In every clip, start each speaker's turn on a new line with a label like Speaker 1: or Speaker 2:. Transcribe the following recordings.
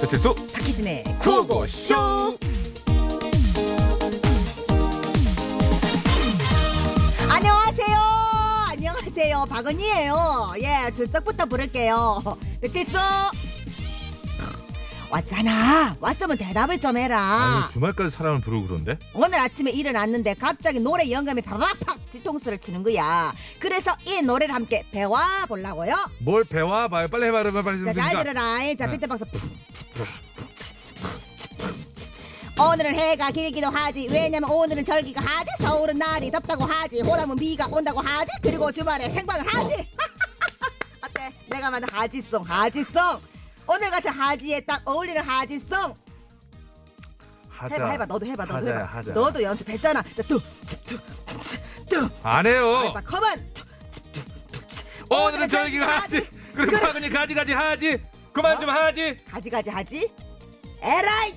Speaker 1: 배태수
Speaker 2: 박희진의
Speaker 1: 구호고쇼
Speaker 2: 안녕하세요. 안녕하세요. 박언니예요. 예, 출석부터 부를게요. 칠수 왔잖아. 왔으면 대답을 좀 해라.
Speaker 1: 아니 주말까지 사람을 부르고 그런데
Speaker 2: 오늘 아침에 일어났는데 갑자기 노래 영감이 바박팍 뒤통수를 치는 거야. 그래서 이 노래를 함께 배워 보려고요.
Speaker 1: 뭘 배워 봐요 빨리 해봐요 빨리 빨리
Speaker 2: 자, 잘 들어라.
Speaker 1: 네.
Speaker 2: 자, 비트박스. 오늘은 해가 길기도 하지 왜냐면 오늘은 절기가 하지 서울은 날이 덥다고 하지 호남은 비가 온다고 하지 그리고 주말에 생방을 하지 어때 내가 만든 하지송 하지송 오늘 같은 하지에 딱 어울리는 하지송
Speaker 1: 하자.
Speaker 2: 해봐 해봐 너도 해봐 너도
Speaker 1: 하자야,
Speaker 2: 해봐
Speaker 1: 하자.
Speaker 2: 너도 연습했잖아 자뚜뚜뚜뚜
Speaker 1: 안 해요
Speaker 2: 해봐 컴온
Speaker 1: 오늘은 저기가 하지 그리고 박은이 가지가지 하지
Speaker 2: 어?
Speaker 1: 그만 좀 하지
Speaker 2: 가지가지 하지 에라이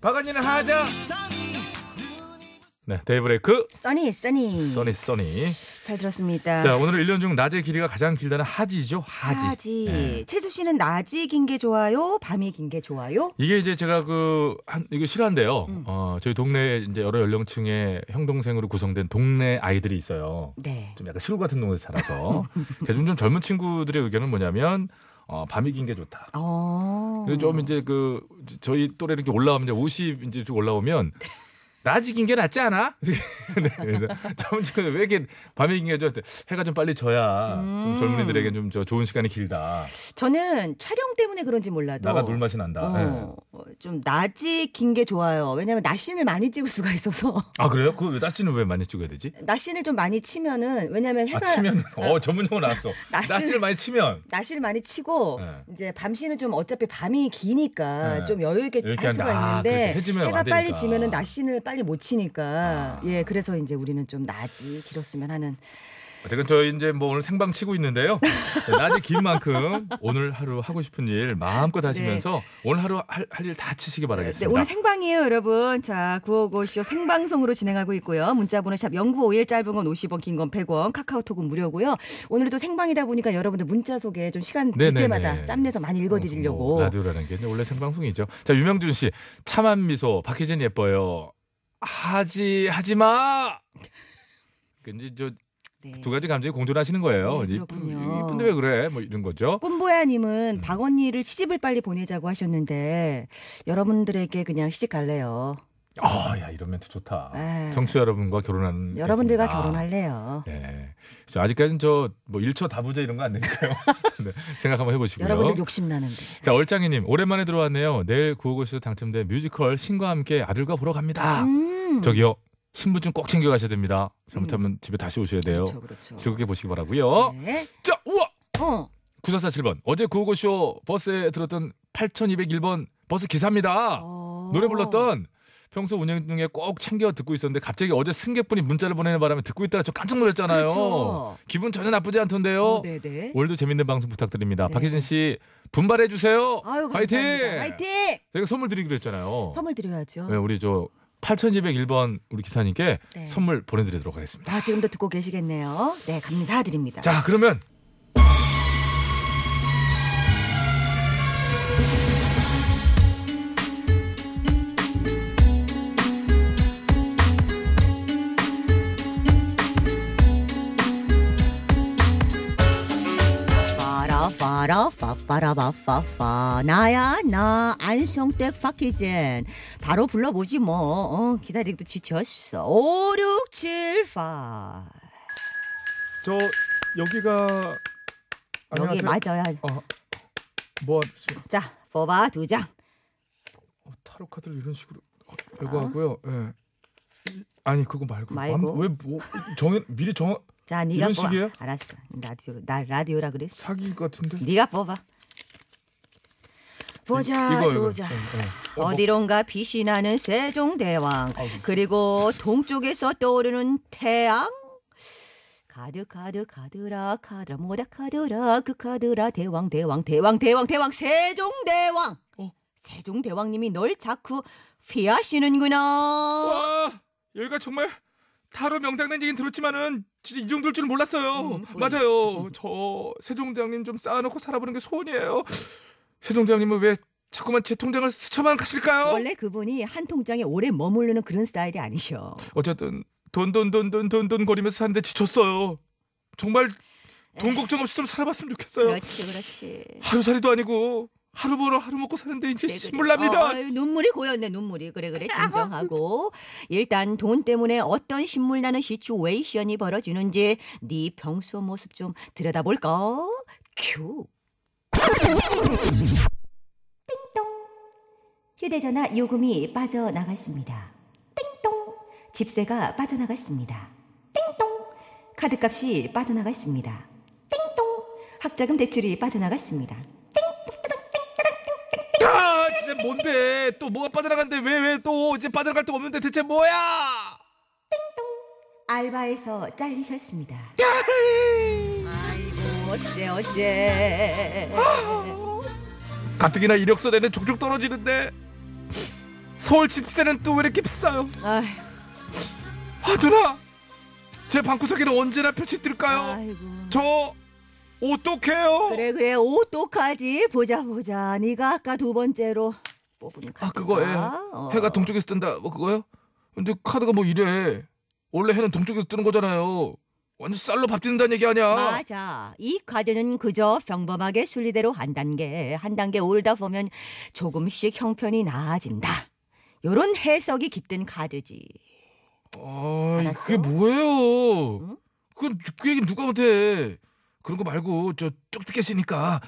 Speaker 1: 박은이는 하자 네 데이브레이크
Speaker 2: 써니 써니
Speaker 1: 써니 써니
Speaker 2: 잘 들었습니다
Speaker 1: 자 오늘 1년 중 낮의 길이가 가장 길다는 하지죠 하지,
Speaker 2: 하지.
Speaker 1: 예.
Speaker 2: 채수 씨는 낮이 긴 게 좋아요? 밤이 긴 게 좋아요?
Speaker 1: 이게 이제 제가 그, 한, 이거 실화인데요.
Speaker 2: 음.
Speaker 1: 어, 저희 동네에 이제 여러 연령층의 형동생으로 구성된 동네 아이들이 있어요.
Speaker 2: 네.
Speaker 1: 좀 약간 시골 같은 동네에서 자라서. 대중 좀 젊은 친구들의 의견은 뭐냐면, 어, 밤이 긴 게 좋다.
Speaker 2: 어.
Speaker 1: 그리고 좀 이제 그, 저희 또래 이렇게 올라오면 이제 50 이제 쭉 올라오면, 낮이 긴 게 낫지 않아? 네, 그래서 젊은 친구들 왜 이렇게 밤이 긴 게 좋아? 해가 좀 빨리 져야 좀
Speaker 2: 음.
Speaker 1: 젊은이들에게 좀 저 좋은 시간이 길다.
Speaker 2: 저는 촬영 때문에 그런지 몰라도
Speaker 1: 나가 놀 맛이 난다. 네.
Speaker 2: 어, 어, 좀 낮이 긴 게 좋아요. 왜냐면 낮신을 많이 찍을 수가 있어서
Speaker 1: 아 그래요? 그왜 낮지는 왜 많이 찍어야 되지?
Speaker 2: 낮신을 좀 많이 치면은 왜냐면
Speaker 1: 아
Speaker 2: 해가
Speaker 1: 치면 어 전문용어 나왔어.
Speaker 2: 낮씨는-
Speaker 1: 낮씨를 많이 치면
Speaker 2: 낮씨를 많이 치고
Speaker 1: 네.
Speaker 2: 이제 밤씨는 좀 어차피 밤이 기니까
Speaker 1: 네.
Speaker 2: 좀 여유 있게
Speaker 1: 이렇게
Speaker 2: 할 수가
Speaker 1: 하는데, 아,
Speaker 2: 있는데
Speaker 1: 그렇지. 해지면
Speaker 2: 해가
Speaker 1: 안
Speaker 2: 빨리
Speaker 1: 되니까.
Speaker 2: 지면은 낮씨는 빨리 못 치니까
Speaker 1: 아.
Speaker 2: 예 그래서 이제 우리는 좀 낮이 길었으면 하는
Speaker 1: 어쨌든 저희 이제 뭐 오늘 생방 치고 있는데요. 네, 낮이 긴 만큼 오늘 하루 하고 싶은 일 마음껏 하시면서 오늘 하루 할 일 다 치시기
Speaker 2: 네,
Speaker 1: 바라겠습니다.
Speaker 2: 오늘 생방이에요, 여러분. 자, 구호고쇼 생방송으로 진행하고 있고요. 문자번호 샵 0951, 짧은 건 50원, 긴 건 100원, 카카오톡은 무료고요. 오늘도 생방이다 보니까 여러분들 문자 소개 좀 시간 될
Speaker 1: 네네네.
Speaker 2: 때마다 짬내서 많이 읽어드리려고.
Speaker 1: 뭐 라디오라는 게 이제 원래 생방송이죠. 자 유명준 씨 참한 미소 박혜진 예뻐요. 하지 하지 마. 그 이제 저두
Speaker 2: 네.
Speaker 1: 가지 감정이 공존하시는 거예요.
Speaker 2: 네,
Speaker 1: 이쁜,
Speaker 2: 그렇군요.
Speaker 1: 이쁜데 왜 그래? 뭐 이런 거죠.
Speaker 2: 꿈보야님은
Speaker 1: 음.
Speaker 2: 박언니를 시집을 빨리 보내자고 하셨는데 여러분들에게 그냥 시집 갈래요.
Speaker 1: 아, 야 이런 멘트 좋다. 아,
Speaker 2: 네.
Speaker 1: 청취자 여러분과 결혼하는
Speaker 2: 여러분들과
Speaker 1: 멘트입니다.
Speaker 2: 결혼할래요.
Speaker 1: 예. 저 아직까지는 저뭐 일처 다부제 이런 거 안 되니까요. 네, 생각 한번 해보시고요.
Speaker 2: 여러분들 욕심 나는데.
Speaker 1: 자 얼짱이님 오랜만에 들어왔네요. 내일 구호고쇼 당첨된 뮤지컬 신과 함께 아들과 보러 갑니다.
Speaker 2: 음.
Speaker 1: 저기요 신분증 꼭 챙겨 가셔야 됩니다. 잘못하면 집에 다시 오셔야 돼요.
Speaker 2: 그렇죠, 그렇죠.
Speaker 1: 즐겁게 보시기 바라고요.
Speaker 2: 네.
Speaker 1: 자 우와
Speaker 2: 어.
Speaker 1: 9447번 어제 구호고쇼 버스에 들었던 8201번 버스 기사입니다.
Speaker 2: 어.
Speaker 1: 아, 노래 불렀던 평소 운행 중에 꼭 챙겨 듣고 있었는데 갑자기 어제 승객분이 문자를 보내는 바람에 듣고 있다가 저 깜짝 놀랐잖아요.
Speaker 2: 그렇죠.
Speaker 1: 기분 전혀 나쁘지 않던데요.
Speaker 2: 어, 네네.
Speaker 1: 오늘도 재밌는 방송 부탁드립니다.
Speaker 2: 네.
Speaker 1: 박혜진 씨 분발해 주세요.
Speaker 2: 아유,
Speaker 1: 화이팅!
Speaker 2: 감사합니다. 화이팅!
Speaker 1: 저희가 선물 드리기로 했잖아요.
Speaker 2: 선물 드려야죠.
Speaker 1: 네, 우리 저 8201번 우리 기사님께
Speaker 2: 네.
Speaker 1: 선물 보내드리도록 하겠습니다.
Speaker 2: 아, 지금도 듣고 계시겠네요. 네, 감사드립니다.
Speaker 1: 자 그러면
Speaker 2: 파라 파라 파파라 파파파 나야 나 안성댁 박희진 바로 불러보지 뭐 어, 기다리기도 지쳤어 5 6 7 8
Speaker 1: 저 여기가 어,
Speaker 2: 여기 맞아요
Speaker 1: 뭐 어,
Speaker 2: 자 뽑아 두장
Speaker 1: 타로 카드를 이런 식으로 이거 하고요. 예. 아니 그거 말고,
Speaker 2: 아. 말고?
Speaker 1: 왜 뭐, 정해 미리 정
Speaker 2: 자 네가
Speaker 1: 이런
Speaker 2: 뽑아
Speaker 1: 식이에요?
Speaker 2: 알았어 라디오로 나 라디오라 그랬어
Speaker 1: 사기 같은데?
Speaker 2: 네가 뽑아 보자
Speaker 1: 이거, 이거.
Speaker 2: 두자
Speaker 1: 예, 예. 어, 뭐,
Speaker 2: 어디론가 빛이 나는 세종대왕 그리고 동쪽에서 떠오르는 태양 가드 가드 가드라 카드라 모다 카드라 그 카드라 대왕 대왕 대왕 대왕 대왕 세종대왕
Speaker 1: 어?
Speaker 2: 세종대왕님이 널 자꾸 피하시는구나
Speaker 1: 와 어? 여기가 정말 타로 명당난 얘기는 들었지만은 진짜 이 정도일 줄은 몰랐어요.
Speaker 2: 음, 뭐야.
Speaker 1: 맞아요. 저 세종대왕님 좀 쌓아놓고 살아보는 게 소원이에요. 세종대왕님은 왜 자꾸만 제 통장을 스쳐만 가실까요?
Speaker 2: 원래 그분이 한 통장에 오래 머무르는 그런 스타일이 아니셔.
Speaker 1: 어쨌든 돈 돈 돈 돈 돈 돈 거리면서 사는데 지쳤어요. 정말 돈 걱정 없이 좀 살아봤으면 좋겠어요.
Speaker 2: 그렇지, 그렇지.
Speaker 1: 하루살이도 아니고 하루 벌어 하루 먹고 사는데 이제
Speaker 2: 그래, 그래. 어,
Speaker 1: 신물납니다.
Speaker 2: 아유, 눈물이 고였네 눈물이 그래 그래 진정하고 일단 돈 때문에 어떤 신물나는 시츄웨이션이 벌어지는지 네 평소 모습 좀 들여다볼까 큐 띵동 휴대전화 요금이 빠져나갔습니다 띵동 집세가 빠져나갔습니다 띵동 카드값이 빠져나갔습니다 띵동 학자금 대출이 빠져나갔습니다
Speaker 1: 야 진짜 뭔데 또 뭐가 빠져나간데 왜 왜 또 이제 빠져나갈 데가 없는데 대체 뭐야?
Speaker 2: 알바에서 잘리셨습니다. 아이고 어째 어째.
Speaker 1: 가뜩이나 이력서 내는 족족 떨어지는데 서울 집세는 또 왜 이렇게 비싸요?
Speaker 2: 아휴,
Speaker 1: 아 누나 제 방구석에는 언제나 표시 뜰까요?
Speaker 2: 아이고.
Speaker 1: 저 어떡해요?
Speaker 2: 그래 그래 어떡하지 보자 보자. 네가 아까 두 번째로 뽑은 어. 카드.
Speaker 1: 아 그거 예 해가 동쪽에서 뜬다 뭐 그거요? 근데 카드가 뭐 이래 원래 해는 동쪽에서 뜨는 거잖아요 완전 쌀로 밥 짓는다는 얘기 아니야
Speaker 2: 맞아. 이 과제는 그저 평범하게 순리대로 한 단계 한 단계 오르다 보면 조금씩 형편이 나아진다. 요런 해석이 깃든 카드지.
Speaker 1: 아
Speaker 2: 알았어?
Speaker 1: 그게 뭐예요
Speaker 2: 응?
Speaker 1: 그건 그 얘기 누가 못해 그런 거 말고 저 쪽집 계시니까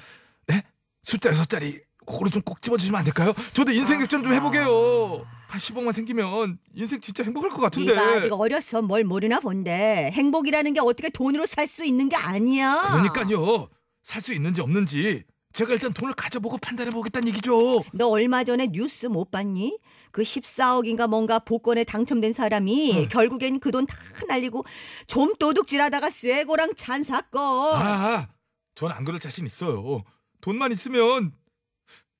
Speaker 1: 네? 숫자 여섯 자리 그거로 좀 꼭 집어주시면 안 될까요? 저도 인생 역전
Speaker 2: 아.
Speaker 1: 좀 해보게요 한 10억만 생기면 인생 진짜 행복할 것 같은데
Speaker 2: 네가 아직 어려서 뭘 모르나 본데 행복이라는 게 어떻게 돈으로 살 수 있는 게 아니야.
Speaker 1: 그러니까요 살 수 있는지 없는지 제가 일단 돈을 가져보고 판단해보겠다는 얘기죠
Speaker 2: 너 얼마 전에 뉴스 못 봤니? 그 14억인가 뭔가 복권에 당첨된 사람이 결국엔 그 돈 다 날리고 좀 도둑질하다가 쇠고랑 찬 사건.
Speaker 1: 아, 전 안 그럴 자신 있어요. 돈만 있으면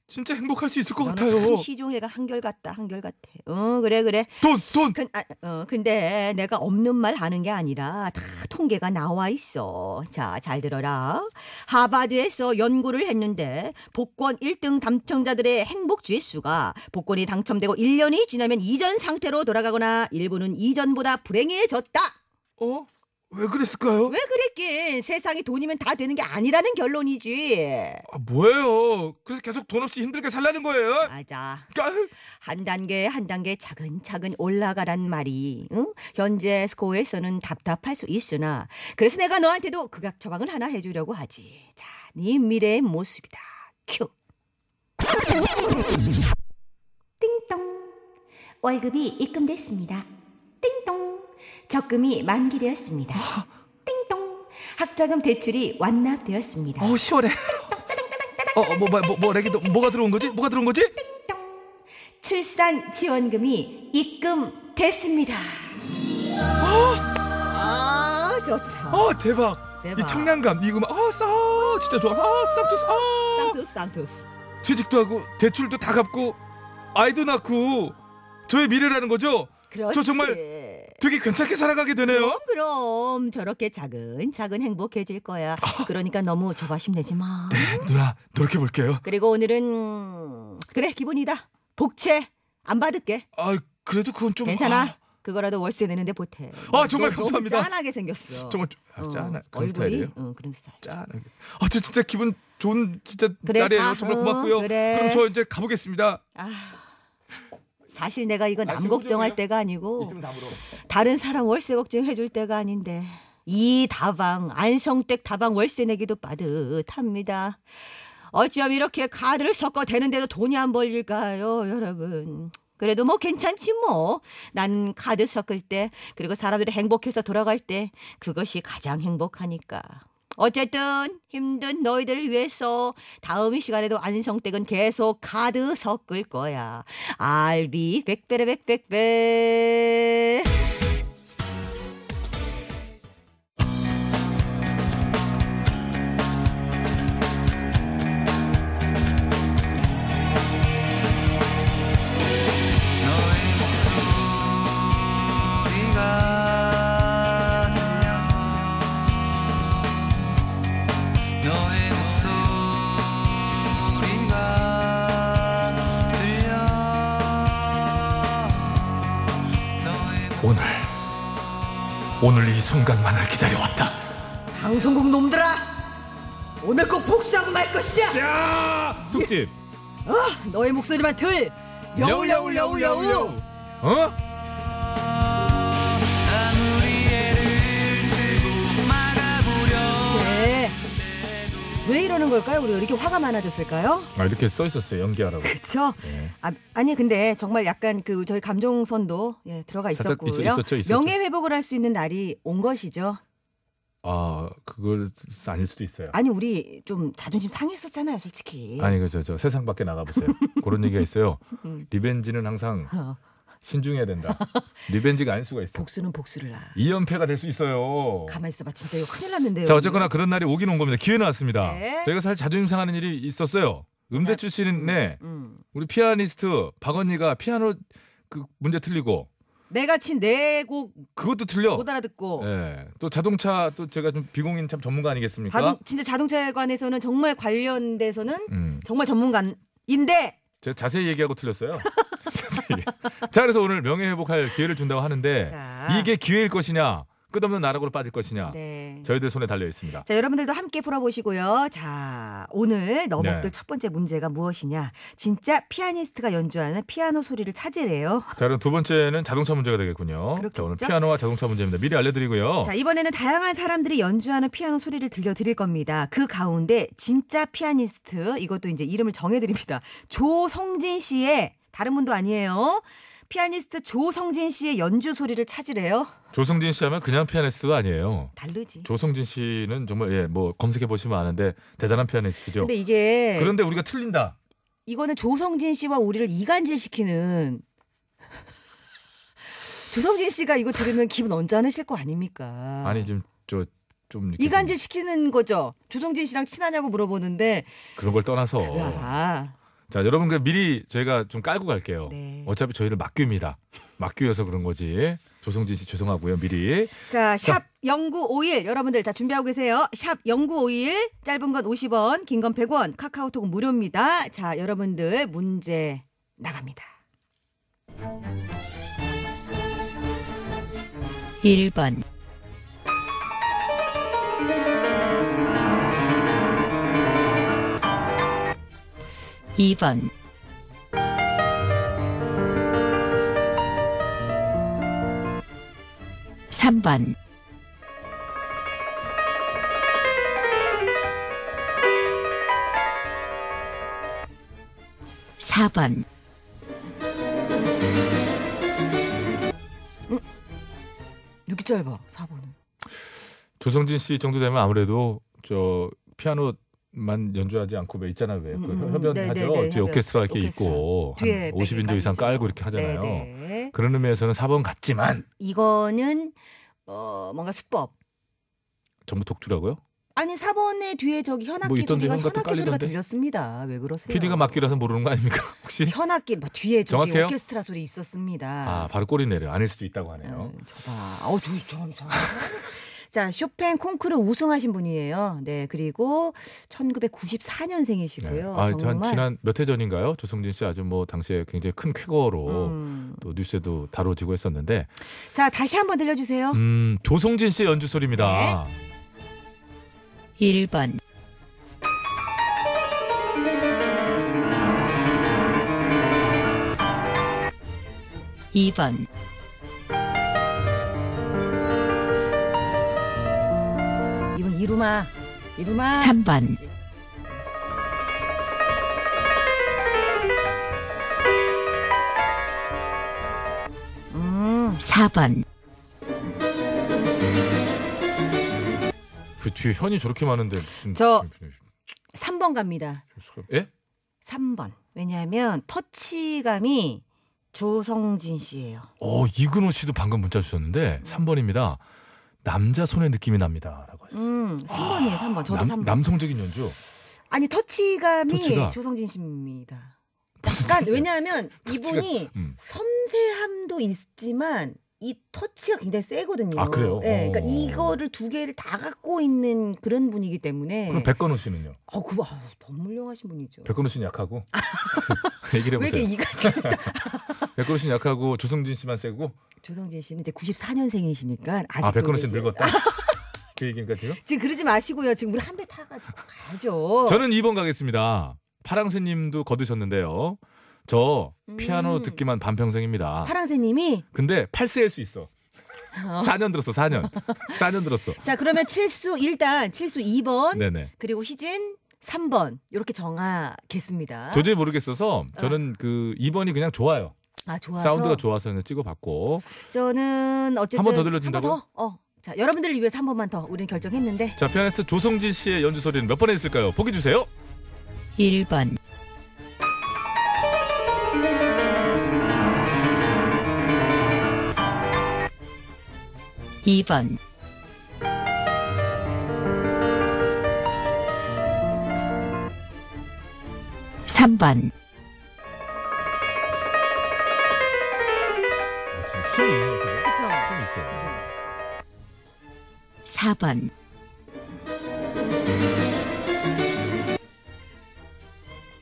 Speaker 1: 진짜 행복할 수 있을 것
Speaker 2: 너는
Speaker 1: 같아요.
Speaker 2: 참 시종애가 한결같다 한결같아. 어 그래 그래.
Speaker 1: 돈, 돈.
Speaker 2: 근, 아, 어, 근데 내가 없는 말 하는 게 아니라 다 통계가 나와 있어. 자, 잘 들어라. 하바드에서 연구를 했는데 복권 1등 당첨자들의 행복 지수가 복권이 당첨되고 1년이 지나면 이전 상태로 돌아가거나 일부는 이전보다 불행해졌다.
Speaker 1: 어? 왜 그랬을까요?
Speaker 2: 왜 그랬긴? 세상이 돈이면 다 되는 게 아니라는 결론이지.
Speaker 1: 아, 뭐예요? 그래서 계속 돈 없이 힘들게 살라는 거예요? 그러니까,
Speaker 2: 맞아.
Speaker 1: 까-
Speaker 2: 한 단계 한 단계 차근차근 올라가란 말이 응? 현재 스코어에서는 답답할 수 있으나 그래서 내가 너한테도 극약 처방을 하나 해주려고 하지 자네 미래의 모습이다 큐 띵동 월급이 입금됐습니다 띵동 적금이 만기되었습니다 띵동 학자금 대출이 완납되었습니다
Speaker 1: 어, 시원해. 어, 어, 뭐, 뭐, 뭐, 뭐, 레기도 뭐가 들어온 거지? 뭐가 들어온 거지?
Speaker 2: 출산 지원금이 입금됐습니다. 아, 좋다.
Speaker 1: 어, 대박.
Speaker 2: 대박.
Speaker 1: 이 청량감, 이 음악. 아, 싸, 진짜 좋아. 아, 쌍투스, 아.
Speaker 2: 쌍토스, 쌍토스.
Speaker 1: 취직도 하고 대출도 다 갚고 아이도 낳고 저의 미래라는 거죠.
Speaker 2: 그렇지.
Speaker 1: 저 정말 되게 괜찮게 살아가게 되네요.
Speaker 2: 그럼, 그럼 저렇게 작은 작은 행복해질 거야.
Speaker 1: 아.
Speaker 2: 그러니까 너무 조바심 내지 마.
Speaker 1: 누나 노력해 볼게요.
Speaker 2: 그리고 오늘은 그래 기분이다. 복채 안 받을게.
Speaker 1: 아 그래도 그건 좀
Speaker 2: 괜찮아. 그거라도 월세 내는데 보태.
Speaker 1: 아, 정말
Speaker 2: 너
Speaker 1: 감사합니다.
Speaker 2: 너무 짠하게 생겼어.
Speaker 1: 아, 정말 좀- 아,
Speaker 2: 어,
Speaker 1: 짠한 그런
Speaker 2: 얼굴이?
Speaker 1: 스타일이에요.
Speaker 2: 응, 그런 스타일.
Speaker 1: 짠하게. 아저 진짜 기분 좋은 진짜
Speaker 2: 그래,
Speaker 1: 날이에요.
Speaker 2: 가.
Speaker 1: 정말
Speaker 2: 어,
Speaker 1: 고맙고요.
Speaker 2: 그래.
Speaker 1: 럼저 이제 가보겠습니다.
Speaker 2: 아, 사실 내가 이거 남
Speaker 1: 날씨
Speaker 2: 걱정할
Speaker 1: 걱정이에요?
Speaker 2: 때가 아니고
Speaker 1: 담으로.
Speaker 2: 다른 사람 월세 걱정해줄 때가 아닌데 이 다방 안성댁 다방 월세 내기도 빠듯합니다. 어쩜 이렇게 카드를 섞어 대는데도 돈이 안 벌릴까요, 여러분? 그래도 뭐 괜찮지 뭐. 난 카드 섞을 때 그리고 사람들이 행복해서 돌아갈 때 그것이 가장 행복하니까. 어쨌든 힘든 너희들을 위해서 다음 이 시간에도 안성댁은 계속 카드 섞을 거야. 알비 백배레 백백배.
Speaker 3: 소리가 들려 너의 목소리가
Speaker 1: 오늘 이 순간만을 기다려왔다.
Speaker 2: 방송국 놈들아 오늘 꼭 복수하고 말 것이야
Speaker 1: 자, 뚝집.
Speaker 2: 어, 너의 목소리만 들 여울 여울 여울 여울
Speaker 1: 어?
Speaker 2: 네. 왜 이러는 걸까요? 우리 왜 이렇게 화가 많아졌을까요?
Speaker 1: 아 이렇게 써 있었어요. 연기하라고.
Speaker 2: 그쵸?
Speaker 1: 네.
Speaker 2: 아, 아니 근데 정말 약간 그 저희 감정선도 예, 들어가
Speaker 1: 살짝
Speaker 2: 있었고요.
Speaker 1: 있- 있었죠, 있었죠.
Speaker 2: 명예 회복을 할 수 있는 날이 온 것이죠.
Speaker 1: 아 그걸 아닐 수도 있어요.
Speaker 2: 아니 우리 좀 자존심 상했었잖아요, 솔직히.
Speaker 1: 아니 그저 저 세상 밖에 나가 보세요. 그런 얘기가 있어요.
Speaker 2: 음.
Speaker 1: 리벤지는 항상
Speaker 2: 어,
Speaker 1: 신중해야 된다. 리벤지가 아닐 수가 있어.
Speaker 2: 복수는 복수를 나.
Speaker 1: 이연패가 될 수 있어요.
Speaker 2: 가만 있어봐, 진짜 이거 큰일 났는데요.
Speaker 1: 자 어쨌거나 그런 날이 오긴 온 겁니다. 기회는 왔습니다.
Speaker 2: 네.
Speaker 1: 저희가 사실 자존심 상하는 일이 있었어요. 음대 출신의
Speaker 2: 음.
Speaker 1: 우리 피아니스트 박언니가 피아노 그 문제 틀리고
Speaker 2: 내가 친 네 곡 못
Speaker 1: 그것도 틀려.
Speaker 2: 알아듣고.
Speaker 1: 예. 또 자동차 또 제가 좀 비공인 참 전문가 아니겠습니까?
Speaker 2: 자동, 진짜 자동차에 관해서는 정말 관련돼서는
Speaker 1: 음.
Speaker 2: 정말 전문가인데
Speaker 1: 제가 자세히 얘기하고 틀렸어요. 자세히. 자 그래서 오늘 명예 회복할 기회를 준다고 하는데
Speaker 2: 자.
Speaker 1: 이게 기회일 것이냐 끝없는 나락으로 빠질 것이냐
Speaker 2: 네.
Speaker 1: 저희들 손에 달려 있습니다.
Speaker 2: 자, 여러분들도 함께 풀어보시고요. 자, 오늘 너목들
Speaker 1: 네.
Speaker 2: 첫 번째 문제가 무엇이냐. 진짜 피아니스트가 연주하는 피아노 소리를 찾으래요.
Speaker 1: 자 그럼 두 번째는 자동차 문제가 되겠군요. 자 오늘
Speaker 2: 그렇겠죠?
Speaker 1: 피아노와 자동차 문제입니다. 미리 알려드리고요.
Speaker 2: 자, 이번에는 다양한 사람들이 연주하는 피아노 소리를 들려드릴 겁니다. 그 가운데 진짜 피아니스트, 이것도 이제 이름을 정해드립니다. 조성진 씨의, 다른 분도 아니에요. 피아니스트 조성진 씨의 연주 소리를 찾으래요.
Speaker 1: 조성진 씨하면 그냥 피아니스트도 아니에요.
Speaker 2: 다르지.
Speaker 1: 조성진 씨는 정말 예 뭐 검색해 보시면 아는데 대단한 피아니스트죠.
Speaker 2: 근데 예. 이게,
Speaker 1: 그런데 우리가 틀린다.
Speaker 2: 이거는 조성진 씨와 우리를 이간질시키는 조성진 씨가 이거 들으면 기분 언짢으실 거 아닙니까?
Speaker 1: 아니 지금 저좀 이렇게 좀
Speaker 2: 이간질시키는 거죠. 조성진 씨랑 친하냐고 물어보는데
Speaker 1: 그런 걸 떠나서
Speaker 2: 야,
Speaker 1: 자 여러분 그 미리 저희가 좀 깔고 갈게요.
Speaker 2: 네.
Speaker 1: 어차피 저희를 막규입니다. 막규여서 그런 거지. 조성진 씨 죄송하고요 미리.
Speaker 2: 자, 샵 0951 여러분들 자 준비하고 계세요. 샵 0951 짧은 건 50원, 긴 건 100원. 카카오톡 무료입니다. 자, 여러분들 문제 나갑니다.
Speaker 4: 1번, 이번 3번, 4번,
Speaker 2: 여기 짧아. 4번은.
Speaker 1: 조성진 씨 정도 되면 아무래도 저 피아노만 연주하지 않고 왜 있잖아요 왜
Speaker 2: 음,
Speaker 1: 그
Speaker 2: 음,
Speaker 1: 협연하죠.
Speaker 2: 네, 네, 네,
Speaker 1: 뒤에
Speaker 2: 협연.
Speaker 1: 오케스트라 이렇게
Speaker 2: 오케스트라.
Speaker 1: 있고 한
Speaker 2: 뒤에 네,
Speaker 1: 50인조 이상
Speaker 2: 백악관이죠.
Speaker 1: 깔고 이렇게 하잖아요.
Speaker 2: 네, 네.
Speaker 1: 그런 의미에서는 4번 같지만
Speaker 2: 이거는 어 뭔가 수법.
Speaker 1: 전부 독주라고요?
Speaker 2: 아니 4번에 뒤에 저기 현악기
Speaker 1: 뭐 있던데,
Speaker 2: 소리가
Speaker 1: 현 같은
Speaker 2: 현악기 소리가
Speaker 1: 깔리던데?
Speaker 2: 들렸습니다. 왜 그러세요?
Speaker 1: PD가 맡기라서 모르는 거 아닙니까 혹시?
Speaker 2: 현악기 뭐 뒤에 저기
Speaker 1: 정확해요?
Speaker 2: 오케스트라 소리 있었습니다.
Speaker 1: 아 바로 꼬리 내려 아닐 수도 있다고 하네요.
Speaker 2: 음, 저봐. 어우 저 이상한 이상한. 자, 쇼팽 콩쿠르 우승하신 분이에요. 네, 그리고 1994년생이시고요.
Speaker 1: 네. 아, 한
Speaker 2: 정말
Speaker 1: 지난 몇 해 전인가요? 조성진 씨 아주 뭐 당시에 굉장히 큰 쾌거로
Speaker 2: 음.
Speaker 1: 또 뉴스에도 다뤄지고 했었는데
Speaker 2: 자, 다시 한번 들려주세요.
Speaker 1: 음, 조성진 씨의 연주 소리입니다.
Speaker 2: 네.
Speaker 4: 1번, 2번,
Speaker 2: 이번 이루마. 이루마.
Speaker 4: 3번,
Speaker 2: 음,
Speaker 4: 4번,
Speaker 1: 그 뒤에 현이 저렇게 많은데 무슨
Speaker 2: 저- 3번 갑니다.
Speaker 1: 예?
Speaker 2: 3번. 왜냐하면 터치감이 조성진 씨예요.
Speaker 1: 어, 이근호 씨도 방금 문자 주셨는데 3번입니다. 남자 손의 느낌이 납니다라고 하셨어요.
Speaker 2: 음, 3번이에요, 3번. 저도
Speaker 1: 아, 남,
Speaker 2: 3번.
Speaker 1: 남성적인 연주.
Speaker 2: 아니, 터치감이
Speaker 1: 터치가.
Speaker 2: 조성진 씨입니다. 약간 왜냐하면
Speaker 1: 터치가.
Speaker 2: 이분이
Speaker 1: 음.
Speaker 2: 섬세함도 있지만 이 터치가 굉장히 세거든요.
Speaker 1: 아, 그래요?
Speaker 2: 예, 그러니까
Speaker 1: 어.
Speaker 2: 이거를 두 개를 다 갖고 있는 그런 분이기 때문에.
Speaker 1: 그럼 백건우 씨는요?
Speaker 2: 어, 그거 아우, 너무 훌륭하신 분이죠.
Speaker 1: 백건우 씨는 약하고 얘기를
Speaker 2: 왜 이렇게
Speaker 1: 해보세요.
Speaker 2: 이가
Speaker 1: 백건우 씨는 약하고 조승진 씨만 세고
Speaker 2: 조성진 씨는 이제 94년생이시니까 아직도
Speaker 1: 아 백건우 씨는
Speaker 2: 이제-
Speaker 1: 늙었다. 그 얘기인가 지금?
Speaker 2: 지금 그러지 마시고요. 지금 우리 한 배 타가지고 가야죠.
Speaker 1: 저는 2번 가겠습니다. 파랑새님도 거두셨는데요. 저 피아노
Speaker 2: 음.
Speaker 1: 듣기만 반평생입니다.
Speaker 2: 파랑새님이
Speaker 1: 근데 8세일 수 있어. 4년 들었어, 4년. 4년 들었어.
Speaker 2: 자 그러면 칠수 일단 칠수 2번
Speaker 1: 네네.
Speaker 2: 그리고 희진 3번 이렇게 정하겠습니다.
Speaker 1: 도저히 모르겠어서 저는 그 2번이 그냥 좋아요.
Speaker 2: 아 좋아서
Speaker 1: 사운드가 좋아서 그냥 찍어봤고.
Speaker 2: 저는 어쨌든
Speaker 1: 한번더 들려준다고요?
Speaker 2: 한번 더. 어. 자 여러분들을 위해서 한 번만 더 우리는 결정했는데
Speaker 1: 자, 피아니스트 조성진 씨의 연주 소리는 몇 번에 있을까요? 보기 주세요.
Speaker 4: 1번, 이번 3번,
Speaker 1: 아, 지금 힘이 있네요, 그죠?
Speaker 2: 그렇죠.
Speaker 1: 힘이 있어요.
Speaker 4: 4번,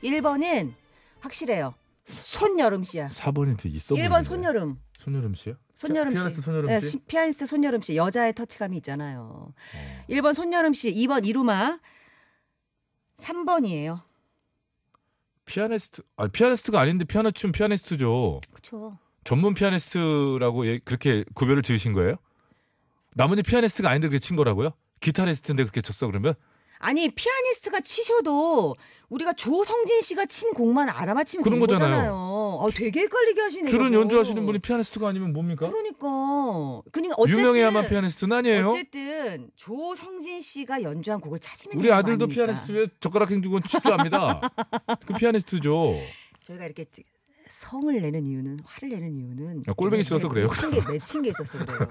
Speaker 2: 1번은 확실해요. 손여름 씨야.
Speaker 1: 4번이 되게 있어 보이는데.
Speaker 2: 1번 손여름.
Speaker 1: 손여름 씨요?
Speaker 2: 손여름 씨.
Speaker 1: 피아니스트 손여름
Speaker 2: 네,
Speaker 1: 씨?
Speaker 2: 시- 피아니스트 손여름 씨 여자의 터치감이 있잖아요.
Speaker 1: 어.
Speaker 2: 1번 손여름 씨, 2번 이루마. 3번이에요.
Speaker 1: 피아니스트 아 피아니스트가 아닌데 피아노 춤 피아니스트죠.
Speaker 2: 그렇죠.
Speaker 1: 전문 피아니스트라고 예- 그렇게 구별을 지으신 거예요? 나머지 피아니스트가 아닌데 그렇게 친 거라고요? 기타리스트인데 그렇게 쳤어 그러면?
Speaker 2: 아니 피아니스트가 치셔도 우리가 조성진 씨가 친 곡만 알아맞히면
Speaker 1: 그런
Speaker 2: 되는
Speaker 1: 거잖아요.
Speaker 2: 거잖아요. 아, 되게 헷갈리게 하시네요.
Speaker 1: 줄은
Speaker 2: 이거. 뭐
Speaker 1: 연주하시는 분이 피아니스트가 아니면 뭡니까?
Speaker 2: 그러니까 그러니까 어쨌든
Speaker 1: 유명해야만 피아니스트는 아니에요.
Speaker 2: 어쨌든 조성진 씨가 연주한 곡을 찾으면
Speaker 1: 우리
Speaker 2: 되는 거
Speaker 1: 아들도
Speaker 2: 아닙니까?
Speaker 1: 피아니스트에 젓가락 행주건 진짜 압니다. 그 피아니스트죠.
Speaker 2: 저희가 이렇게 성을 내는 이유는 화를 내는 이유는
Speaker 1: 아, 꼴보기 싫어서 그래요.
Speaker 2: 맺힌 게, 맺힌 게 있어서 그래요.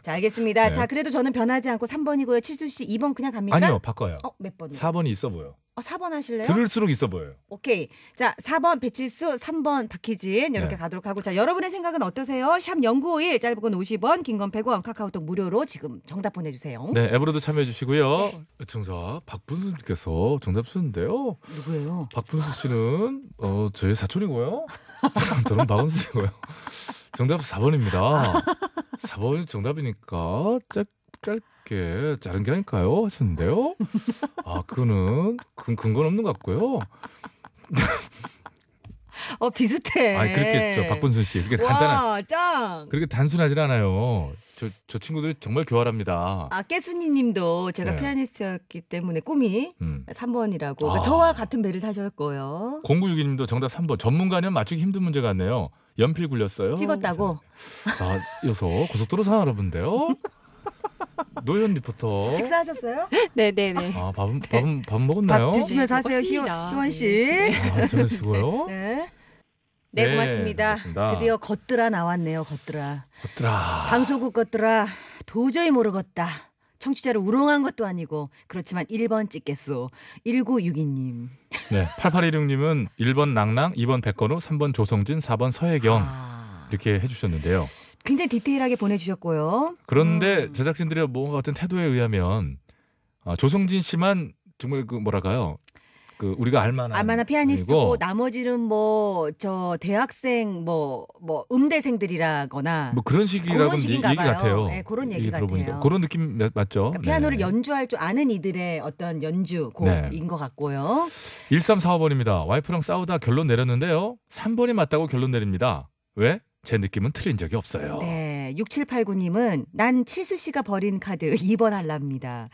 Speaker 2: 자 알겠습니다.
Speaker 1: 네.
Speaker 2: 자 그래도 저는 변하지 않고 3번이고요. 칠수 씨 2번 그냥 갑니까?
Speaker 1: 아니요 바꿔요.
Speaker 2: 어몇 네. 번이요?
Speaker 1: 4번이 있어 보여.
Speaker 2: 어, 4번 하실래요?
Speaker 1: 들을수록 있어 보여요.
Speaker 2: 오케이. 자, 4번 배칠수, 3번 박희진 이렇게
Speaker 1: 네.
Speaker 2: 가도록 하고 자, 여러분의 생각은 어떠세요? 샵 0951, 짧은 건 50원, 긴 건 100원, 카카오톡 무료로 지금 정답 보내 주세요.
Speaker 1: 네 앱으로도 참여해
Speaker 2: 네.
Speaker 1: 주시고요. 청사 박분수님께서 정답 쓰는데요.
Speaker 2: 누구예요?
Speaker 1: 박분수 씨는 어 저의 사촌이고요. 저는 박원순이고요. 정답 4번입니다. 4번이 정답이니까 짧, 짧게 자른 게 아닐까요? 하셨는데요. 아 그거는 근, 근거는 없는 것 같고요.
Speaker 2: 어, 비슷해.
Speaker 1: 아 그렇겠죠. 박분순 씨 그렇게 간단한
Speaker 2: 네. 와, 짱.
Speaker 1: 그렇게 단순하진 않아요. 저, 저 친구들이 정말 교활합니다.
Speaker 2: 아, 깨순이 님도 제가
Speaker 1: 네.
Speaker 2: 피아니스트였기 때문에 꿈이
Speaker 1: 음.
Speaker 2: 3번이라고. 그러니까
Speaker 1: 아.
Speaker 2: 저와 같은 배를 타셨고요.
Speaker 1: 0962님도 정답 3번. 전문가는 맞추기 힘든 문제 같네요. 연필 굴렸어요.
Speaker 2: 찍었다고?
Speaker 1: 자, 아, 이어서 고속도로 상황 알아본데요. 노현 리포터.
Speaker 2: 식사하셨어요?
Speaker 5: 네네네.
Speaker 1: 아, 밥은, 밥은, 밥 먹었나요?
Speaker 2: 밥 드시면서
Speaker 5: 네,
Speaker 2: 하세요. 희원,
Speaker 5: 먹었습니다.
Speaker 2: 희원 씨.
Speaker 1: 아, 저는 수고요.
Speaker 2: 네. 네, 고맙습니다.
Speaker 1: 고맙습니다.
Speaker 2: 드디어 겉들아 나왔네요. 겉들아.
Speaker 1: 어떠라.
Speaker 2: 방송국 것들아 도저히 모르겠다. 청취자를 우롱한 것도 아니고 그렇지만 1번 찍겠소. 1962님.
Speaker 1: 네. 8816님은 1번 랑랑, 2번 백건우, 3번 조성진, 4번 서혜경.
Speaker 2: 아,
Speaker 1: 이렇게 해주셨는데요.
Speaker 2: 굉장히 디테일하게 보내주셨고요.
Speaker 1: 그런데
Speaker 2: 음.
Speaker 1: 제작진들의 뭔가 같은 태도에 의하면 아, 조성진 씨만 정말 그 뭐랄까요. 그 우리가 알만한.
Speaker 2: 아마나 피아니스트고 나머지는 뭐 저 대학생 뭐 뭐 음대생들이라거나
Speaker 1: 뭐 그런 식이라고
Speaker 2: 그런
Speaker 1: 얘기
Speaker 2: 식인가 봐요.
Speaker 1: 같아요.
Speaker 2: 네, 그런 얘기 같아요.
Speaker 1: 그런 느낌 마- 맞죠?
Speaker 2: 그러니까 피아노를
Speaker 1: 네.
Speaker 2: 연주할 줄 아는 이들의 어떤 연주
Speaker 1: 네.
Speaker 2: 곡인 것 같고요.
Speaker 1: 1345번입니다. 와이프랑 싸우다 결론 내렸는데요. 3번이 맞다고 결론 내립니다. 왜? 제 느낌은 틀린 적이 없어요.
Speaker 2: 네, 6789님은 난 칠수 씨가 버린 카드 2번 할랍니다.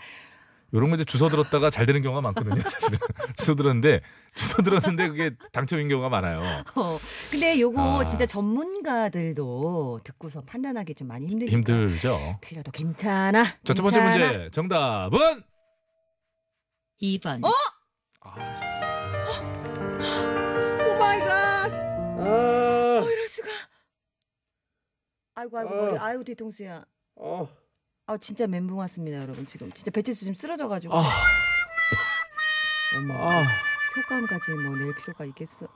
Speaker 1: 이런 거 이제 주워 들었다가 잘 되는 경우가 많거든요. 사실은 주워 들었는데 주워 들었는데 그게 당첨인 경우가 많아요.
Speaker 2: 어, 근데 요거
Speaker 1: 아.
Speaker 2: 진짜 전문가들도 듣고서 판단하기 좀 많이 힘들니까
Speaker 1: 힘들죠.
Speaker 2: 틀려도 괜찮아.
Speaker 1: 자, 첫 번째
Speaker 2: 괜찮아.
Speaker 1: 문제 정답은
Speaker 4: 2번,
Speaker 1: 아, 씨.
Speaker 2: 오 마이 갓. 어, 이럴 수가. 아이고 아이고
Speaker 1: 어.
Speaker 2: 머리. 아이고 뒤통수야. 아 진짜 멘붕 왔습니다, 여러분. 지금 진짜 배치수 지금 쓰러져 가지고
Speaker 1: 아,
Speaker 2: 어머.
Speaker 1: 아.
Speaker 2: 효과음까지 뭐 낼 필요가 있겠어.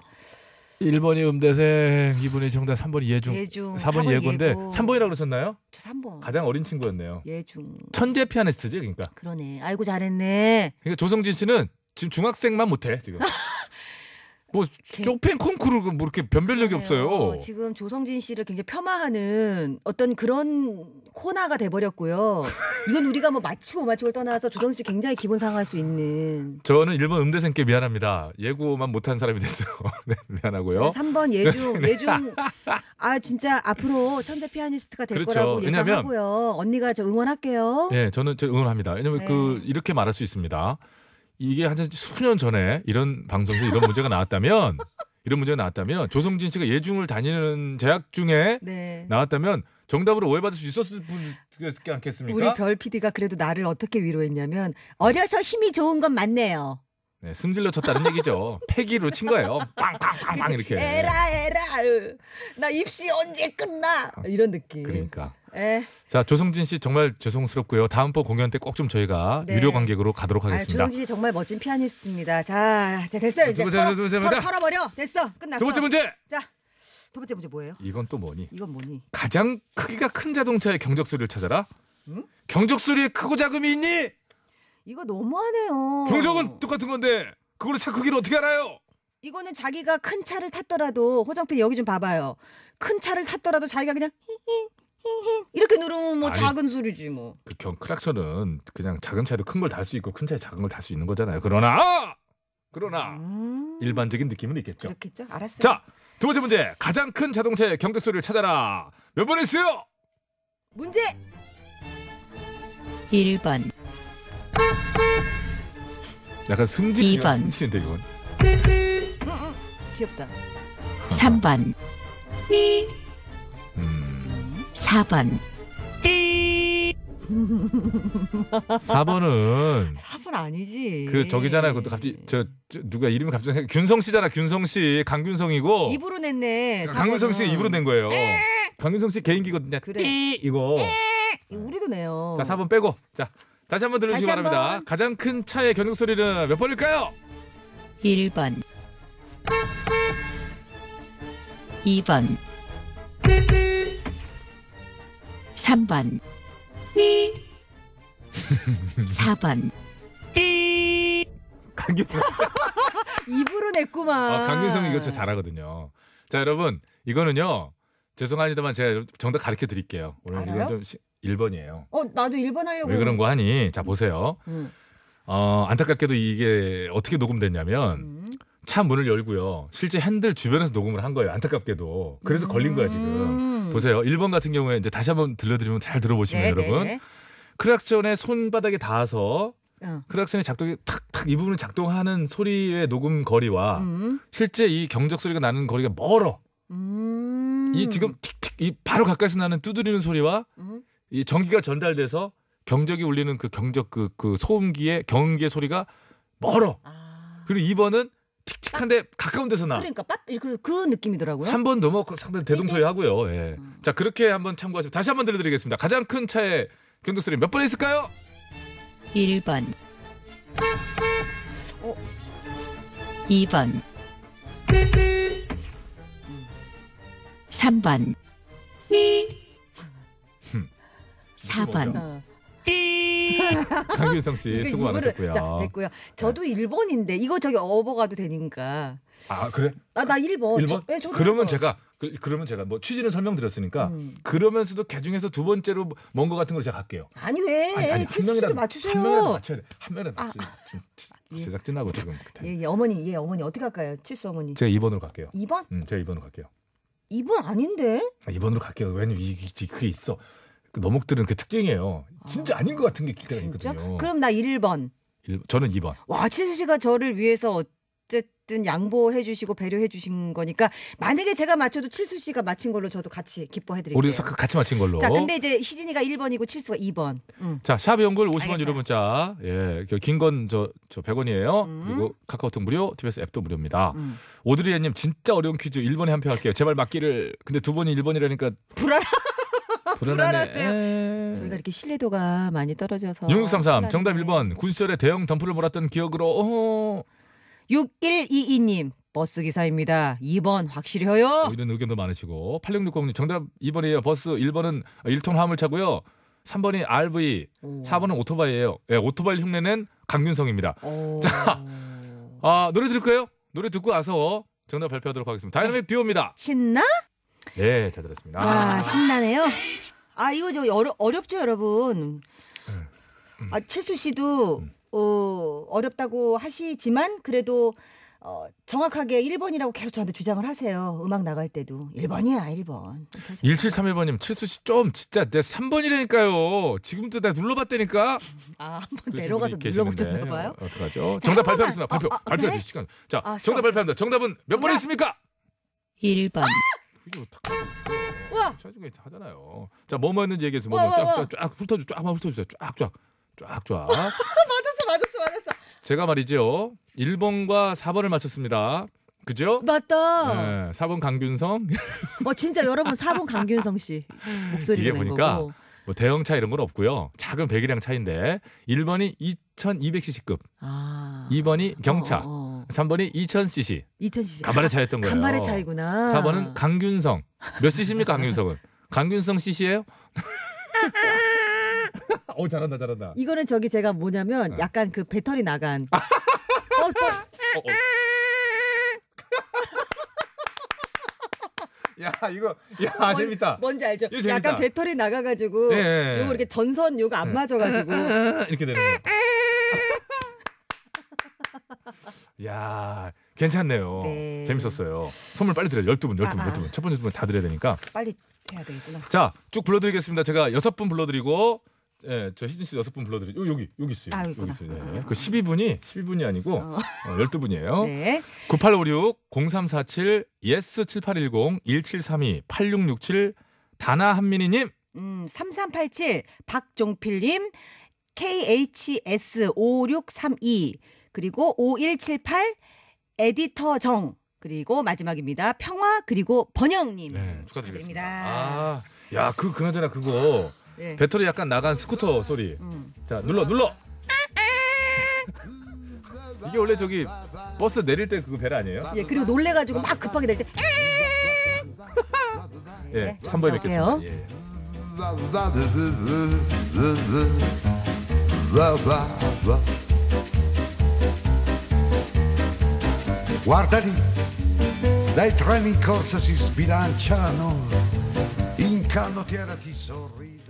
Speaker 1: 1번이 음대생, 2번이 정답, 3번이 예중,
Speaker 2: 예중.
Speaker 1: 4번이
Speaker 2: 사번
Speaker 1: 예고인데
Speaker 2: 예고.
Speaker 1: 3번이라고 그러셨나요?
Speaker 2: 저 3번.
Speaker 1: 가장 어린 친구였네요.
Speaker 2: 예중.
Speaker 1: 천재 피아니스트지 그러니까.
Speaker 2: 그러네. 아이고 잘했네.
Speaker 1: 그러니까 조성진 씨는 지금 중학생만 못해 지금. 뭐 쇼팽 콩쿠르 그뭐 이렇게 변별력이 없어요.
Speaker 2: 네. 어, 지금 조성진 씨를 굉장히 폄하하는 어떤 그런 코너가 돼버렸고요. 이건 우리가 뭐 맞추고 못 맞추고를 떠나서 조성진 씨 굉장히 기분 상할 수 있는.
Speaker 1: 저는 1번 음대생께 미안합니다. 예고만 못한 사람이 됐어요. 네, 미안하고요. 네,
Speaker 2: 3번 예중 예중 아 진짜 앞으로 천재 피아니스트가 될
Speaker 1: 그렇죠.
Speaker 2: 거라고
Speaker 1: 왜냐면-
Speaker 2: 예상하고요. 언니가 저 응원할게요.
Speaker 1: 예, 저는 저 응원합니다. 왜냐면
Speaker 2: 네.
Speaker 1: 그 이렇게 말할 수 있습니다. 이게 한 수년 전에 이런 방송에서 이런 문제가 나왔다면 이런 문제가 나왔다면 조성진 씨가 예중을 다니는 재학 중에
Speaker 2: 네.
Speaker 1: 나왔다면 정답으로 오해받을 수 있었을 분이지 그- 않겠습니까?
Speaker 2: 우리 별 PD가 그래도 나를 어떻게 위로했냐면 어려서 힘이 좋은 건 맞네요.
Speaker 1: 네, 승질로 쳤다는 얘기죠. 패기로 친 거예요. 빵빵빵빵 이렇게.
Speaker 2: 에라 에라 으, 나 입시 언제 끝나 이런 느낌.
Speaker 1: 아.
Speaker 2: 예.
Speaker 1: 그러니까.
Speaker 2: 에,
Speaker 1: 자, 조성진 씨 정말 죄송스럽고요. 다음번 공연 때 꼭 좀 저희가
Speaker 2: 네.
Speaker 1: 유료 관객으로 가도록
Speaker 2: 아,
Speaker 1: 하겠습니다.
Speaker 2: 조성진 씨 정말 멋진 피아니스트입니다. 자, 자 됐어요
Speaker 1: 두
Speaker 2: 이제
Speaker 1: 번째,
Speaker 2: 털어,
Speaker 1: 두 번째
Speaker 2: 털어,
Speaker 1: 문제.
Speaker 2: 털어버려 됐어 끝났어.
Speaker 1: 두 번째 문제.
Speaker 2: 자, 두 번째 문제 뭐예요?
Speaker 1: 이건 또 뭐니?
Speaker 2: 이건 뭐니?
Speaker 1: 가장 크기가 큰 자동차의 경적 소리를 찾아라. 경적 소리에 크고 작음이 있니?
Speaker 2: 이거 너무하네요.
Speaker 1: 경적은 똑같은 건데 그걸로 차 크기를 어떻게 알아요?
Speaker 2: 이거는 자기가 큰 차를 탔더라도 호정필 여기 좀 봐봐요. 큰 차를 탔더라도 자기가 그냥 히히, 히히 이렇게 누르면 뭐
Speaker 1: 아니.
Speaker 2: 작은 소리지 뭐.
Speaker 1: 그 경 크락션은 그냥 작은 차에도 큰 걸 달 수 있고 큰 차에 작은 걸 달 수 있는 거잖아요. 그러나 그러나
Speaker 2: 음,
Speaker 1: 아, 일반적인 느낌은 있겠죠.
Speaker 2: 그렇겠죠. 알았어요.
Speaker 1: 자, 두 번째 문제. 가장 큰 자동차의 경적 소리를 찾아라. 몇 번 했어요?
Speaker 2: 문제
Speaker 4: 1번,
Speaker 1: 약간 승진
Speaker 4: 이번.
Speaker 1: 승진인데 이건.
Speaker 2: 귀엽다.
Speaker 4: 3번,
Speaker 1: 음.
Speaker 4: 4번,
Speaker 1: 4번은
Speaker 2: 사불 아니지.
Speaker 1: 그 저기잖아요. 그것도 갑자기 저, 저 누가 이름이 갑자기 생각- 균성 씨잖아. 균성 씨, 강균성이고
Speaker 2: 입으로 냈네.
Speaker 1: 강균성 씨가
Speaker 2: 사번은.
Speaker 1: 입으로 낸 거예요. 강균성 씨 개인기거든요.
Speaker 2: 그래.
Speaker 1: 띠 이거.
Speaker 2: 우리도 내요.
Speaker 1: 자, 4번 빼고. 자, 다시 한번 들려주시기
Speaker 2: 다시 한
Speaker 1: 바랍니다.
Speaker 2: 번.
Speaker 1: 가장 큰 차의 경적 소리는 몇 번일까요?
Speaker 4: 1번, 2번, 3번, 4번,
Speaker 1: 강균성.
Speaker 2: 입으로 냈구만.
Speaker 1: 아, 강균성 이거 저 잘하거든요. 자, 여러분, 이거는요. 죄송합니다만 제가 정답 가르쳐 드릴게요. 오늘
Speaker 2: 알아요?
Speaker 1: 이건 좀 시, 1번이에요.
Speaker 2: 어 나도 1번 하려고.
Speaker 1: 왜 그런 거 하니? 자, 보세요.
Speaker 2: 음.
Speaker 1: 어, 안타깝게도 이게 어떻게 녹음됐냐면
Speaker 2: 음.
Speaker 1: 차 문을 열고요. 실제 핸들 주변에서 녹음을 한 거예요. 안타깝게도. 그래서 걸린 거야, 지금.
Speaker 2: 음.
Speaker 1: 보세요. 1번 같은 경우에 이제 다시 한번 들려드리면 잘 들어보시면
Speaker 2: 네,
Speaker 1: 여러분.
Speaker 2: 네.
Speaker 1: 크락션의 손바닥에 닿아서
Speaker 2: 어.
Speaker 1: 크락션의 작동이 탁탁 이 부분을 작동하는 소리의 녹음 거리와
Speaker 2: 음.
Speaker 1: 실제 이 경적 소리가 나는 거리가 멀어.
Speaker 2: 음.
Speaker 1: 이 지금 틱틱 이 바로 가까이서 나는 두드리는 소리와
Speaker 2: 음.
Speaker 1: 이 전기가 전달돼서 경적이 울리는 그 경적 그, 그 소음기의 경계 소리가 멀어.
Speaker 2: 아.
Speaker 1: 그리고 2번은 틱틱한데 가까운 데서 나.
Speaker 2: 그러니까 빡 이렇게 그런 느낌이더라고요.
Speaker 1: 3번 넘어 그 상당히 대동소이 하고요. 예.
Speaker 2: 음.
Speaker 1: 자, 그렇게 한번 참고하시면 다시 한번 들려드리겠습니다. 가장 큰 차의 경적 소리 몇 번 있을까요?
Speaker 4: 1번, 2번, 3번, 4번,
Speaker 2: 어.
Speaker 1: 강균성 씨
Speaker 2: 이거
Speaker 1: 수고
Speaker 2: 입으로-
Speaker 1: 많으셨고요. 네.
Speaker 2: 자, 됐고요. 저도 일 1번인데 이거 저기 업어가도 되니까.
Speaker 1: 아 그래?
Speaker 2: 아, 나 1번.
Speaker 1: 1번?
Speaker 2: 저, 예, 저도
Speaker 1: 그러면
Speaker 2: 일번.
Speaker 1: 제가 그, 그러면 제가 뭐 취지는 설명드렸으니까
Speaker 2: 음.
Speaker 1: 그러면서도 개중에서 두 번째로 뭔 거 같은 걸 제가 갈게요.
Speaker 2: 아니 왜?
Speaker 1: 한
Speaker 2: 예, 실수도
Speaker 1: 명이라도-
Speaker 2: 맞추세요.
Speaker 1: 한 명이라도 맞춰야 돼. 한 명이라도
Speaker 2: 아,
Speaker 1: 맞춰야 돼. 지금 지- 제작진하고 지금 그때.
Speaker 2: 예, 예, 어머니. 예, 어머니 어떻게 할까요? 칠수 어머니.
Speaker 1: 제가 2번으로 갈게요.
Speaker 2: 이 2번?
Speaker 1: 음, 제가 2번으로 갈게요.
Speaker 2: 2번 아닌데.
Speaker 1: 아, 2번으로 갈게요. 왜냐면 이, 이, 이- 그게 있어. 그 너목들은 그 특징이에요. 진짜 아닌 것 같은 게 기대가
Speaker 2: 진짜?
Speaker 1: 있거든요.
Speaker 2: 그럼 나 1번.
Speaker 1: 일- 저는 2번.
Speaker 2: 와, 칠수 씨가 저를 위해서 어쨌든 양보해 주시고 배려해 주신 거니까 만약에 제가 맞춰도 칠수 씨가 맞힌 걸로 저도 같이 기뻐해 드릴게요.
Speaker 1: 우리 같이 맞힌 걸로.
Speaker 2: 자, 근데 이제 희진이가 1번이고 칠수가 2번. 음.
Speaker 1: 자, 샵 연글 50원
Speaker 2: 알겠어요.
Speaker 1: 유료 문자. 예. 긴 건 저 저 100원이에요.
Speaker 2: 음.
Speaker 1: 그리고 카카오톡 무료, TBS 앱도 무료입니다.
Speaker 2: 음.
Speaker 1: 오드리에 님 진짜 어려운 퀴즈 1번에 한 표 할게요. 제발 맞기를. 근데 두 번이 1번이라니까
Speaker 2: 불안 불안하대요.
Speaker 1: 불안하대요.
Speaker 2: 저희가 이렇게 신뢰도가 많이 떨어져서
Speaker 1: 6633 정답 1번. 군 시절에 대형 덤프를 몰았던 기억으로 어.
Speaker 2: 6122님 버스 기사입니다. 2번 확실히 허요.
Speaker 1: 뭐 이런 의견도 많으시고 8660님 정답 2번이에요. 버스 1번은 1톤 화물차고요. 3번이 RV, 4번은 오토바이예요. 예, 오토바이 흉내낸 강윤성입니다.
Speaker 2: 자.
Speaker 1: 아, 노래 들을까요? 노래 듣고 와서 정답 발표하도록 하겠습니다. 다이나믹 듀오입니다.
Speaker 2: 신나?
Speaker 1: 예, 잘 들었습니다.
Speaker 2: 아, 신나네요. 아, 이거 저 어려, 어렵죠, 여러분.
Speaker 1: 네. 음.
Speaker 2: 아, 최수 씨도 어, 어렵다고 하시지만 그래도 어, 정확하게 1번이라고 계속 저한테 주장을 하세요. 음악 나갈 때도 1번이야, 1번.
Speaker 1: 1731번님, 칠수 씨 좀 진짜 내 3번이라니까요. 지금도 내가 눌러봤다니까.
Speaker 2: 아, 한번
Speaker 1: 그러신
Speaker 2: 내려가서
Speaker 1: 분이 계시는데
Speaker 2: 눌러보셨나 봐요.
Speaker 1: 어, 어떡하죠? 정답 발표하겠습니다. 발표.
Speaker 2: 아, 아,
Speaker 1: 발표해
Speaker 2: 그래?
Speaker 1: 주실 시간. 자,
Speaker 2: 아, 시간
Speaker 1: 정답 발표합니다. 정답은 몇 번이 있습니까?
Speaker 4: 1번,
Speaker 1: 그게 어떡하죠?
Speaker 2: 우와!
Speaker 1: 차중에 하잖아요. 자, 뭐뭐 했는지 얘기해서
Speaker 2: 우와,
Speaker 1: 뭐뭐
Speaker 2: 우와,
Speaker 1: 쫙쫙 쫙 훑어주 쫙만 훑어주세요. 쫙쫙. 쫙쫙.
Speaker 2: 맞았어, 맞았어, 맞았어.
Speaker 1: 제가 말이죠. 1번과 4번을 맞췄습니다. 그죠?
Speaker 2: 맞다.
Speaker 1: 네, 4번 강균성.
Speaker 2: 어, 진짜 여러분 4번 강균성 씨 목소리를
Speaker 1: 이게
Speaker 2: 낸
Speaker 1: 보니까
Speaker 2: 거고.
Speaker 1: 뭐 대형차 이런 건 없고요. 작은 배기량 차인데 1번이 2200cc급,
Speaker 2: 아.
Speaker 1: 2번이 경차,
Speaker 2: 어, 어.
Speaker 1: 3번이 2000cc.
Speaker 2: 2000 씨.
Speaker 1: 간발의 차였던 거예요.
Speaker 2: 간발의 차이구나.
Speaker 1: 4번은 강균성. 몇 cc입니까 강균성은? 강균성 cc예요? 어 잘한다 잘한다. 어,
Speaker 2: 이거는 저기 제가 뭐냐면
Speaker 1: 어.
Speaker 2: 약간 그 배터리 나간. 어, 어,
Speaker 1: 어. 야 이거 야 재밌다.
Speaker 2: 뭔지 알죠?
Speaker 1: 이거 재밌다.
Speaker 2: 약간 배터리 나가가지고
Speaker 1: 예, 예.
Speaker 2: 요거 이렇게 전선 요거 안
Speaker 1: 예.
Speaker 2: 맞아가지고
Speaker 1: 이렇게 되는 거. 야, 괜찮네요.
Speaker 2: 네.
Speaker 1: 재밌었어요. 선물 빨리 드려요. 12분, 12분,
Speaker 2: 아, 아.
Speaker 1: 12분. 첫 번째 분 다 드려야 되니까.
Speaker 2: 빨리 해야 되겠구나.
Speaker 1: 자, 쭉 불러 드리겠습니다. 제가 여섯 분 불러 드리고 예, 저 희진 씨 여섯 분 불러 드리고 여기 여기 있어요.
Speaker 2: 아,
Speaker 1: 여기
Speaker 2: 여기구나.
Speaker 1: 있어요. 예. 그 12분이 12분이 아니고
Speaker 2: 어.
Speaker 1: 어. 12분이에요.
Speaker 2: 네.
Speaker 1: 9856 0347 예스 7810 1732 8667 다나 한민희 님
Speaker 2: 음, 3387 박종필님 KHS5632 그리고 5178 에디터 정 그리고 마지막입니다. 평화 그리고 번영님
Speaker 1: 네,
Speaker 2: 음, 축하드립니다.
Speaker 1: 축하드리겠습니다. 아, 야, 그 그나저나 그거
Speaker 2: 네.
Speaker 1: 배터리 약간 나간 스쿠터 소리.
Speaker 2: 음.
Speaker 1: 자, 눌러 눌러. 이게 원래 저기 버스 내릴 때 그거 벨 아니에요?
Speaker 2: 예, 그리고 놀래가지고 막 급하게 될 때. 네.
Speaker 1: 예. 3부에 뵙겠습니다.
Speaker 2: 감사할게요.
Speaker 1: 예.
Speaker 5: Guarda lì, dai treni in corsa si sbilanciano, in canottiera ti sorridono.